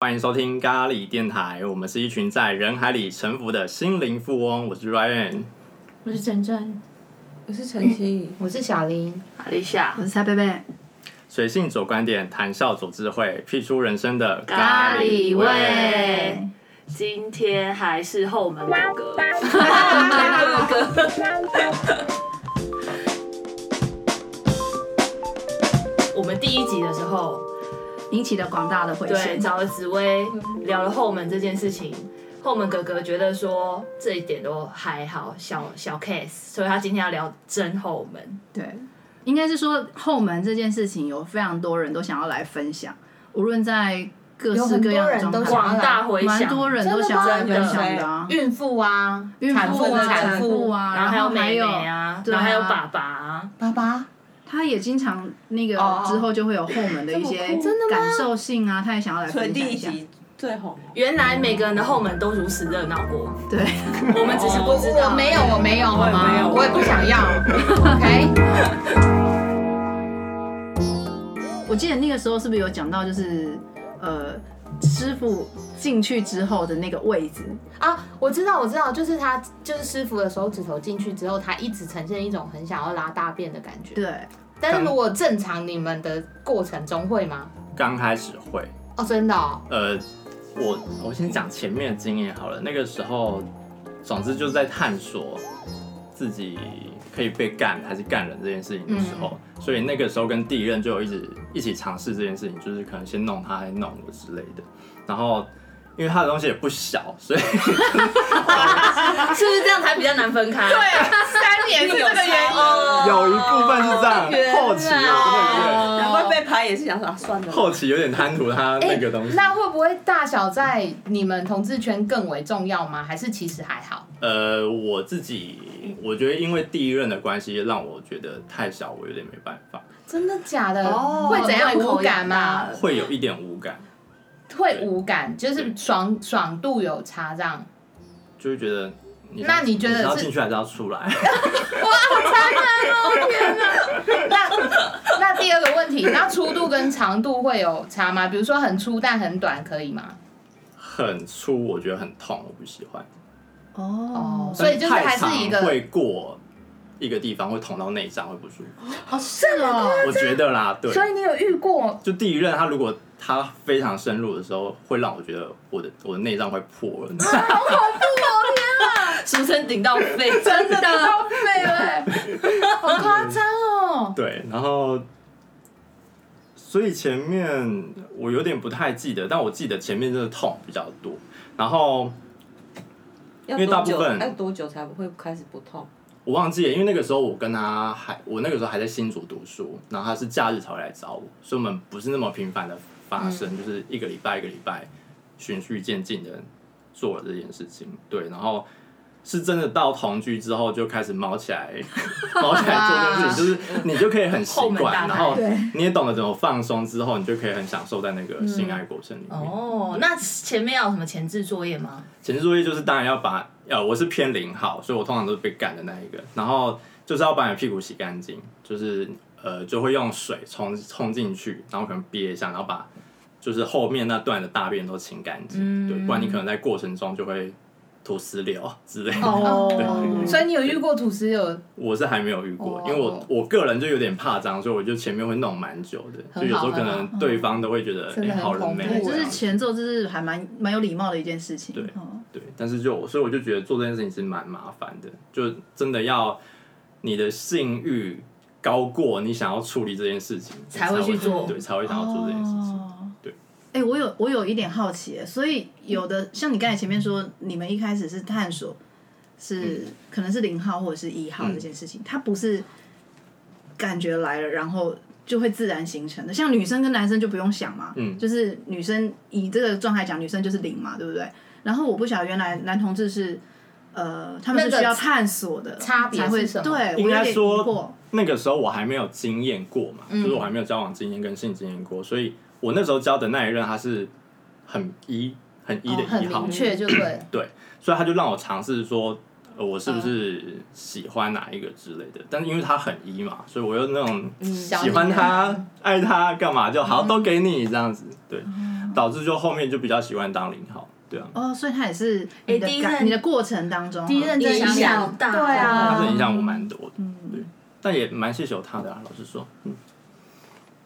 欢迎收听咖喱电台，我们是一群在人海里沉浮的心灵富翁。我是 Ryan，我是晨晨，我是晨曦，我是小林，马来西亚我是蔡贝贝，随性走观点，谈笑走智慧，辟出人生的咖喱味。哎味，今天还是后门哥哥。哎我们第一集的时候， 引起了广大的回对，声。找了紫薇聊了后门这件事情。后门哥哥觉得说这一点都还好，小小 case，所以他今天要聊真后门。对，应该是说后门这件事情有非常多人都想要来分享，无论在各有式很各多样的人都状想况，要广大回响，蛮多人都想要来分享的啊，孕妇啊，孕产妇妇啊、的产产妇妇，啊，然后还有后妹还有妹啊，对然后还有啊爸爸啊，爸爸，他也经常那个哦之后就会有后门的一些感受性啊，他也想要来纯分享第一一下。集最红，原来每个人的后门都如此热闹过，对，我们只是不知我道。没有，我没有，好也没吗？有我也不想要，OK？我记得那个时候是不是有讲到就是呃师傅进去之后的那个位置，啊，我知道，我知道，就是他，就是师傅的手指头进去之后，他一直呈现一种很想要拉大便的感觉。对，但是如果正常你们的过程中会吗？刚开始会，哦，真的哦，呃，我我先讲前面的经验好了。那个时候，总之就是在探索自己可以被干还是干人这件事情的时候，嗯所以那个时候跟第一任就有一直一起尝试这件事情，就是可能先弄他，再弄我之类的。然后，因为他的东西也不小，所以是不是这样才比较难分开？对，三年是 这个原因。有一部分是这样。原来后哦期我难怪被拍也是想说啊算真的有点了，后期有点贪图他那个东西。那会不会大小在你们同志圈更为重要吗？还是其实还好？呃，我自己我觉得因为第一任的关系，让我觉得太小，我有点没办法。真的假的？哦会怎样胃口无养感吗大了？会有一点无感，会无感，就是爽爽度有差这样。就会觉得你那你觉得是要是进去还是要出来？那 第二个问题，那粗度跟长度会有差吗？比如说很粗但很短可以吗？很粗，我觉得很痛，我不喜欢。哦哦，所以就是但太还是一长个会过一个地方会捅到内脏会不舒服，哦是哦，我觉得啦，对。所以你有遇过？就第一任他如果他非常深入的时候，会让我觉得我的我的内脏快破了。俗称顶到肺，真的超废了，好夸张哦！对，然后，所以前面我有点不太记得，但我记得前面真的痛比较多。然后因为大部分要多久才会开始不痛？我忘记了，因为那个时候我跟他还，我那个时候还在新竹读书，然后他是假日才会来找我，所以我们不是那么频繁的发生，嗯就是一个礼拜一个礼拜循序渐进的做了这件事情。对，然后是真的到同居之后就开始毛起 来，毛起来做这件事情，就是你就可以很习后门大惯，开然后你也懂得怎么放松，之后你就可以很享受在那个性爱过程里面。哦，那前面要有什么前置作业吗？前置作业就是当然要把，呃，我是偏零号，所以我通常都是被干的那一个。然后就是要把你的屁股洗干净，就是呃就会用水冲冲进去，然后可能憋一下，然后把就是后面那段的大便都清干净，嗯对，不然你可能在过程中就会吐石流之类的。 哦，所以你有遇过土石有我是还没有遇过哦，因为我我个人就有点怕脏，所以我就前面会弄蛮久的，很好嗯就有时候可能很对方都会觉得真哎的很好人恐怖欸没对对，这就样是子前奏，就是还蛮蛮有礼貌的一件事情。对嗯对，但是就我，所以我就觉得做这件事情是蛮麻烦的，就真的要你的性欲高过你想要处理这件事情，才会去做对，才会想要做这件事情。哦对。哎、我有我有一点好奇耶，所以有的像你刚才前面说，你们一开始是探索，是、可能是零号或者是一号嗯这件事情，它不是感觉来了，然后就会自然形成的。像女生跟男生就不用想嘛，嗯就是女生以这个状态讲，女生就是零嘛，对不对？然后我不晓得原来男同志是。呃，他们是那个需要探索的，差别才会是什么对，我有应该点疑说惑那个时候我还没有经验过嘛，就是嗯我还没有交往经验跟性经验过，所以我那时候交的那一任他是很一很一的很一号，哦明确就对了，对，所以他就让我尝试说，呃我是不是喜欢哪一个之类的。但是因为他很一嘛，所以我又那种小喜欢女人他、爱他干嘛就好，都给你这样子，对，导致就后面就比较喜欢当零号，对啊，哦，所以他也是哎你的诶第一感任你的过程当中，哦第一任真的影响响大对他是啊影，响我蛮多的，对，但也蛮谢谢有他的啊，老实说，嗯，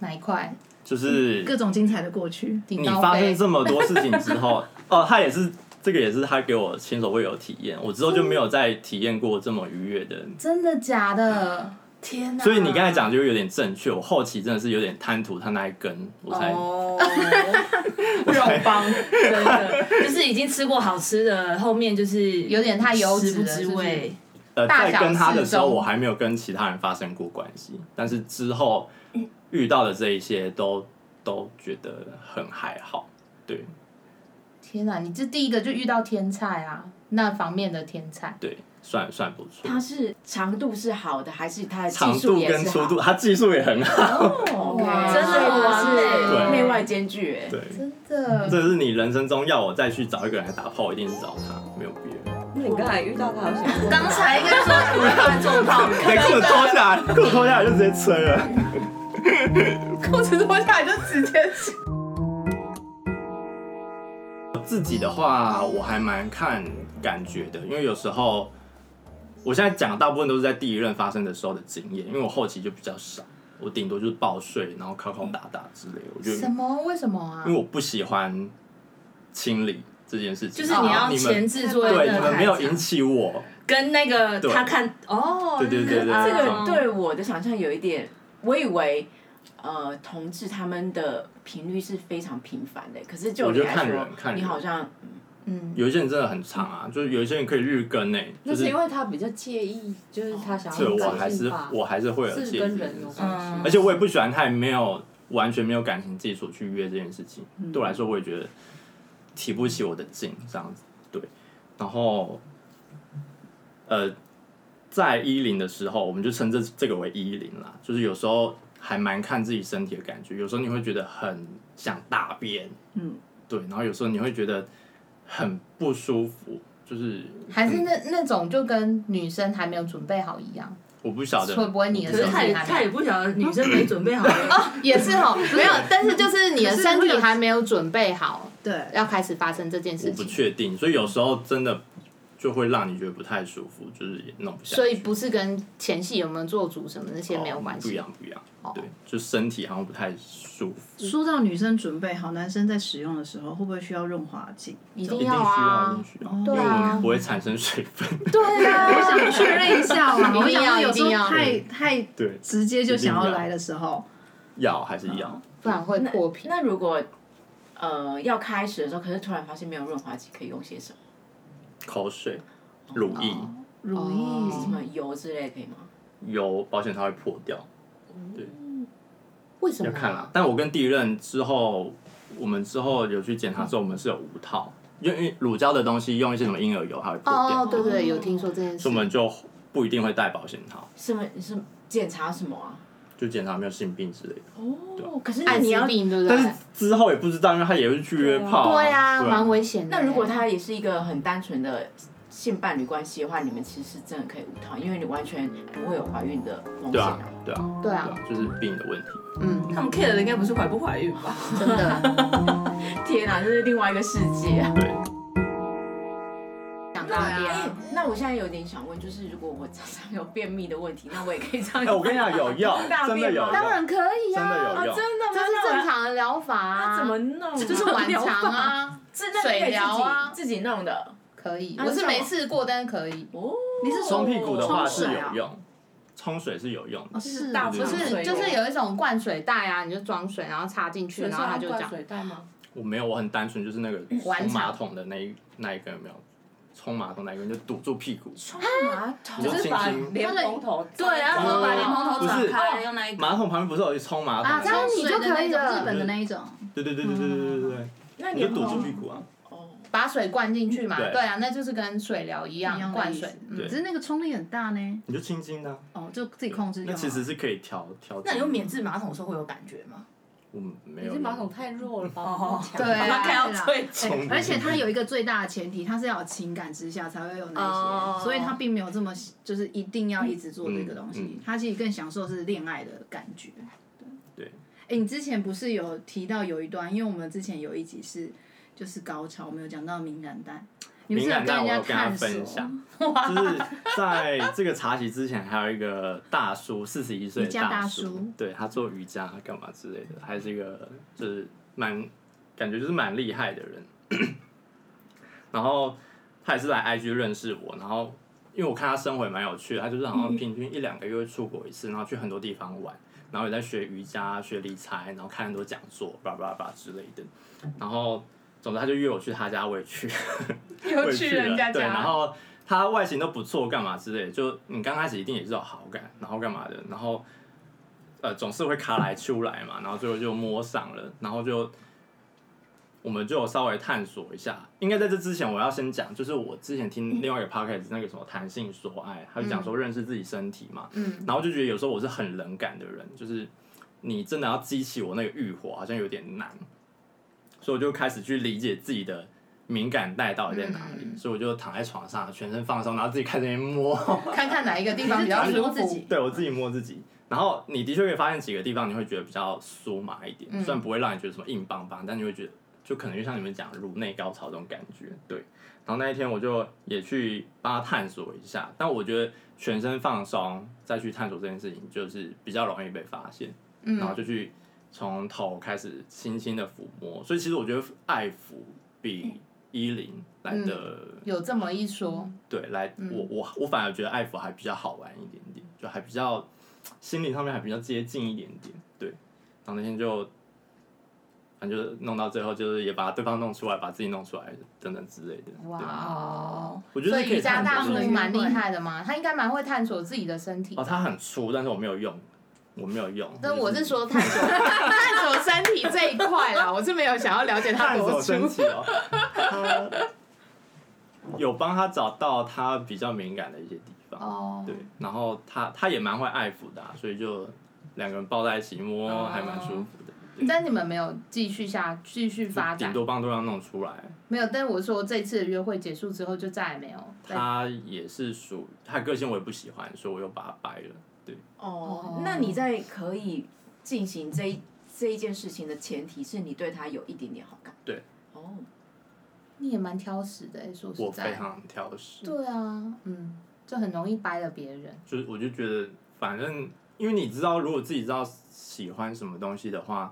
哪一块？就是各种精彩的过去，顶你到发肺生这么多事情之后，哦，他也是这个也是他给我亲手会有体验，我之后就没有再体验过这么愉悦的。真的假的？天哪！所以你刚才讲就有点正确，我后期真的是有点贪图他那一根，我才、哦，肉帮，真的 就是已经吃过好吃的，后面就是有点太油食脂不了知是不是味。呃，大在小跟他适的时候，中我还没有跟其他人发生过关系，但是之后遇到的这一些都都觉得很还好，对天哪，你这第一个就遇到天菜啊，那方面的天菜。对，算算不错。它是长度是好的，还是它的技长术度也跟是粗好度，他技术也很好， ？OK，哇真的很完美对是内外兼具哎。对，真的，这是你人生中要我再去找一个人来打炮，我一定是找他，没有别人。那你刚才遇到他有想过？刚才应该啊说怎么会做到？ 把裤子脱下来，裤子脱下来就直接吹了。 裤子脱下来就直接吃。自己的话，我还蛮看感觉的，因为有时候我现在讲大部分都是在第一任发生的时候的经验，因为我后期就比较少，我顶多就是报睡，然后敲敲打打之类的。我就什么？为什么啊因为？我不喜欢清理这件事情，就是你要你前们置作对业真的你太们没有长引起我，跟那个对他看哦，对对对对啊对这个对我的想象有一点，我以为呃同志他们的频率是非常频繁的，可是就我你觉得来看说人，看你人好像嗯，有一些人真的很长啊，就是有一些人可以日更呢、欸那就是是因为他比较介意，就是他想对要我还是吧我还是会有是戒跟指人有的关嗯系，而且我也不喜欢太没有完全没有感情基础去约这件事情，对我来说，我也觉得提不起我的劲，这样子对。然后，呃，在一零的时候，我们就称这这个为一零啦，就是有时候还蛮看自己身体的感觉，有时候你会觉得很想大便，嗯，对，然后有时候你会觉得很不舒服，就是还是嗯那那种就跟女生还没有准备好一样，嗯我不晓得会不会你的可是身体他也还他没也有？不晓得女生没准备好， 也是哦，没有，但是就是你的可是身会体有还没有准备好，对，要开始发生这件我事不情，确定，所以有时候真的就会让你觉得不太舒服，就是也弄不下去。所以不是跟前戏有没有做足什么那些没有关哦不一系。哦样不一样，对，就身体好像不太舒服，说到女生准备好，男生在使用的时候会不会需要润滑剂？一一定定需要要，一定啊，需要，哦因对为我啊们不会产生水分， 对我啊，想确认一下嘛， 我一定想要说有时一定候要太太对，嗯直接就想一要定要来的时候，要还是要，不然会破皮。那如果呃要开始的时候，可是突然发现没有润滑剂，可以用些什么？口水、嗯乳液、哦如意什么油之类可以吗？油，保险它会破掉，为什要么看啊？啦。但我跟第一任之后，我们之后有去检查之后，我们是有五套，因为乳胶的东西用一些什么婴儿油，它会破哦，掉，对对，有听说这件事所以我。们就不一定会带保险套，什么？你是检查什么啊？就检查有没有性病之类的。哦，可是艾你滋要，病对不但对是？哦之后也不知道，因为他也是去约炮，对啊，蛮危险的。那如果他也是一个很单纯的性伴侣关系的话，你们其实真的可以无套，因为你完全不会有怀孕的风对险啊啊。，对啊，对对啊啊，，就是病的问题。嗯，他们 care 的应该不是怀不怀孕吧？真 啊的。天哪，这是另外一个世界啊！对， 想大便哎啊，那我现在有点想问，就是如果我常常有便秘的问题，那我也可以这样哎，我跟你讲，有用，真的有用，当然可真以的啊，有用。真的吗？这是正常的疗法啊。那怎么弄啊？就是晚肠啊， 这那个可以水疗啊自己自己弄的可以，啊我是这样没吗试过，但是可以。哦。你是冲屁股的话冲是水有啊用，冲水是有用的。哦就是是大不不是，水就是有一种灌水袋啊，你就装水，然后插进去，然后它就这灌样。水袋吗？我没有，我很单纯，就是那个晚冲马场桶的那一那一根有没有？冲马桶那一根就堵住屁股，冲啊马桶你就轻轻。莲蓬头对，啊然后把莲蓬头转开，用那一个。马桶旁边不是有一冲马桶啊，的那样个？你就可以了日本的那一种，对对对对对对对对对，那你就莲堵住蓬屁股啊。哦，把水灌进去嘛，嗯对对啊，那就是跟水疗一一样样的灌意思水。对嗯只是那个冲力很大呢，你就轻轻的啊，哦，就自己对控制就那好。其实是可以调调。那你用免治马桶的时候会有感觉吗？嗯，没可有是用。马桶太弱了吧？哦不要对抢啊，把它开到最对重啦哎而且它有一个最大的前提，它是要有情感之下才会有那些哦所以它并没有这么就是一定要一直做这个东嗯嗯西嗯，它其实更享受是恋爱的感觉。对，哎，你之前不是有提到有一段，因为我们之前有一集是就是高潮，我们有讲到敏感带，你不是敏感跟带人我家有跟他探分索享，就是在这个茶席之前，还有一个大叔，四十一岁瑜的伽大叔，叔对他做瑜伽干嘛之类的，还是一个就是蛮感觉就是蛮厉害的人。 然后他也是来 IG 认识我，然后因为我看他生活也蛮有趣的，他就是好像平均一两个月会出国一次，然后去很多地方玩，然后也在学瑜伽、学理财，然后看很多讲座，叭叭叭之类的。然后总之他就约我去他家，我也去。 有会去去了人家对，然家，后他外形都不错，干嘛之类的，就你刚开始一定也是有好感，然后干嘛的，然后呃总是会卡来出来嘛，然后最后就摸上了，然后就我们就有稍微探索一下。应该在这之前，我要先讲，就是我之前听另外一个 podcast 那个什么谈性说爱，他就讲说认识自己身体嘛，嗯，然后就觉得有时候我是很冷感的人，就是你真的要激起我那个欲火，好像有点难，所以我就开始去理解自己的敏感带到底在哪里，所以我就躺在床上，全身放松，然后自己开始在那边摸， 看看哪一个地方比较你是舒摸服自己，对我自己摸自己。然后你的确可以发现几个地方你会觉得比较酥麻一点，虽然不会让你觉得什么硬邦邦，但你会觉得就可能就像你们讲乳内高潮这种感觉，对。然后那一天我就也去帮他探索一下，但我觉得全身放松再去探索这件事情，就是比较容易被发现，然后就去从头开始轻轻的抚摸，所以其实我觉得爱抚比衣领来的、有这么一说，对，来，我我我反而觉得爱抚还比较好玩一点点，就还比较心灵上面还比较接近一点点。对，然后那天就，反正就弄到最后，就是也把对方弄出来，把自己弄出来，等等之类的。对啊哇哦！我觉所得是以可瑜以伽探大索叔的蛮厉害的嘛，他应该蛮会探索自己的身体哦，。它很粗，但是我没有用，我没有用。但就我是说探索探索身体这一块 啦，我是没有想要了解他探多索粗身。体哦，他 有帮他找到他比较敏感的一些地方。哦对，然后他他也蛮会爱抚的啊、所以就两个人抱在一起摸，哦还蛮舒服的。对但你们没有继续下继续发顶展，多帮对方弄出来。没有。但我说这次的约会结束之后，就再也没有。他也是属他的个性我也不喜欢，所以我又把他掰了。对，哦，那你在可以进行这一这一件事情的前提是你对他有一点点好感。对。哦，你也蛮挑食的、欸，说实我在非。常挑食，对啊，嗯，就很容易掰了别人。就是我就觉得反正因为你知道，如果自己知道喜欢什么东西的话，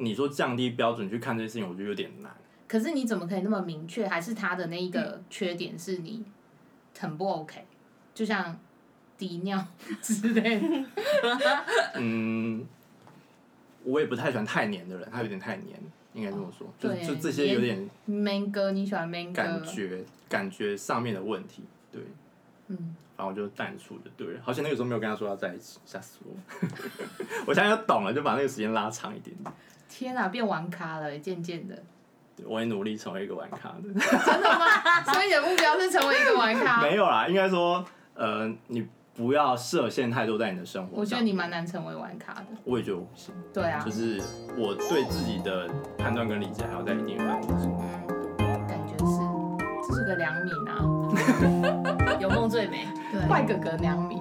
你说降低标准去看这件事情，我觉得有点难。可是你怎么可以那么明确？还是他的那一个缺点是你很不 OK，就像滴尿之类的。嗯，我也不太喜欢太黏的人，他有点太黏，应该这么说，就对就这些有点 man 哥，你喜欢 man 感哥？觉感觉上面的问题，对，嗯，然后我就淡出的，对了，好像那个时候没有跟他说要在一起，吓死我！ 我现在就懂了，就把那个时间拉长一点点。天啊，变玩咖了、渐渐的。对我也努力成为一个玩咖的，所以你的目标是成为一个玩咖？ 没有啦，应该说，呃，你不要设限太多在你的生活上。我觉得你蛮，难成为玩咖的。我也觉得我不行，对啊就，是我对自己的判断跟理解还要在一定的范围之内。嗯感觉是，这是个良民啊，有梦最美。坏对，哥哥良民。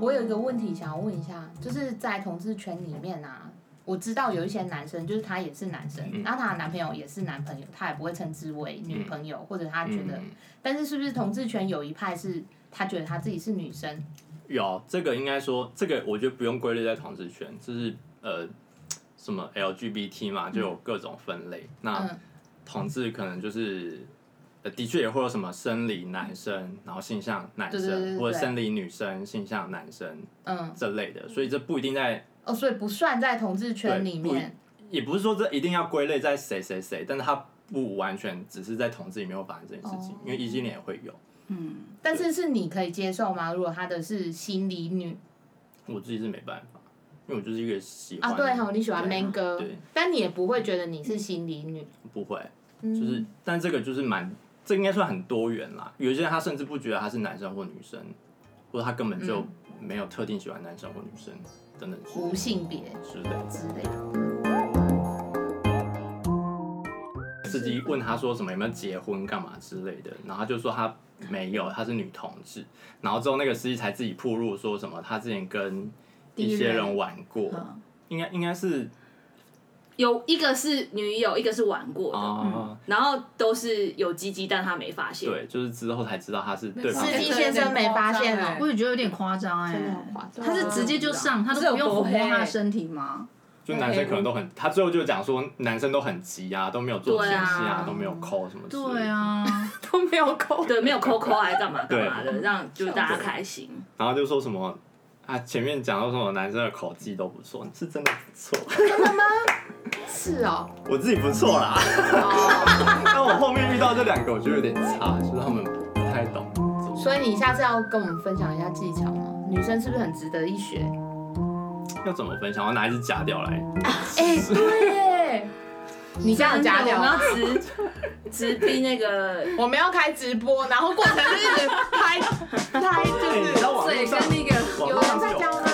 我有一个问题想要问一下，就是在同志圈里面啊，我知道有一些男生，就是他也是男生，嗯然后他的男朋友也是男朋友，他也不会称之为女朋友，或者他觉得，嗯但是是不是同志圈有一派是他觉得他自己是女生？有这个应该说，这个我觉得不用归类在同志圈，就是呃什么 LGBT 嘛，就有各种分类。那嗯同志可能就是。呃的确也会有什么生理男生，然后性向男生，对对对对或者生理女生、性向男生嗯，这类的，所以这不一定在，哦，所以不算在同志圈里对不一面。也不是说这一定要归类在谁谁谁，但是它不完全只是在同志里面会发生这件事情，哦因为异性恋也会有。嗯，但是是你可以接受吗？如果他的是心理女我自己是没办法，因为我就是一个喜欢啊，对哈，你喜欢对 man 哥对，但你也不会觉得你是心理女，不会，嗯就是，但这个就是蛮，这应该算很多元啦。有些人他甚至不觉得他是男生或女生，或者他根本就没有特定喜欢男生或女生。等等之嗯无性别之类的。之类的。司机问他说什么有没有结婚干嘛之类的，然后他就说他没有，他是女同志。然后之后那个司机才自己铺路说什么他之前跟一些人玩过，嗯应该应该是有一个是女友，一个是玩过嗯的，啊、然后都是有鸡鸡，但他没发现。对，就是之后才知道他是对方司的。机先生没发现哦、我也觉得有点夸张哎真的很夸，张他是直接就上，他都不用抚摸他的身体吗？就男生可能都很，他最后就讲说男生都很急啊，都没有做前戏对啊啊，都没有抠什么之类的。对啊，都没有空。对，没有抠抠还干嘛干嘛的，让就是大家开心。然后就说什么啊，前面讲到什么男生的口技都不错，是真的不错，是哦，我自己不错啦。哦，但我后面遇到这两个，我觉得有点差，就是他们不太懂怎么。所以你下次要跟我们分享一下技巧吗？女生是不是很值得一学？要怎么分享？我拿一只假屌来，哎、对耶，你这样有 假我屌们吗？要直直逼那个我们要开直 播，然后过程就是拍拍，就是你知道网络上那个网络上是有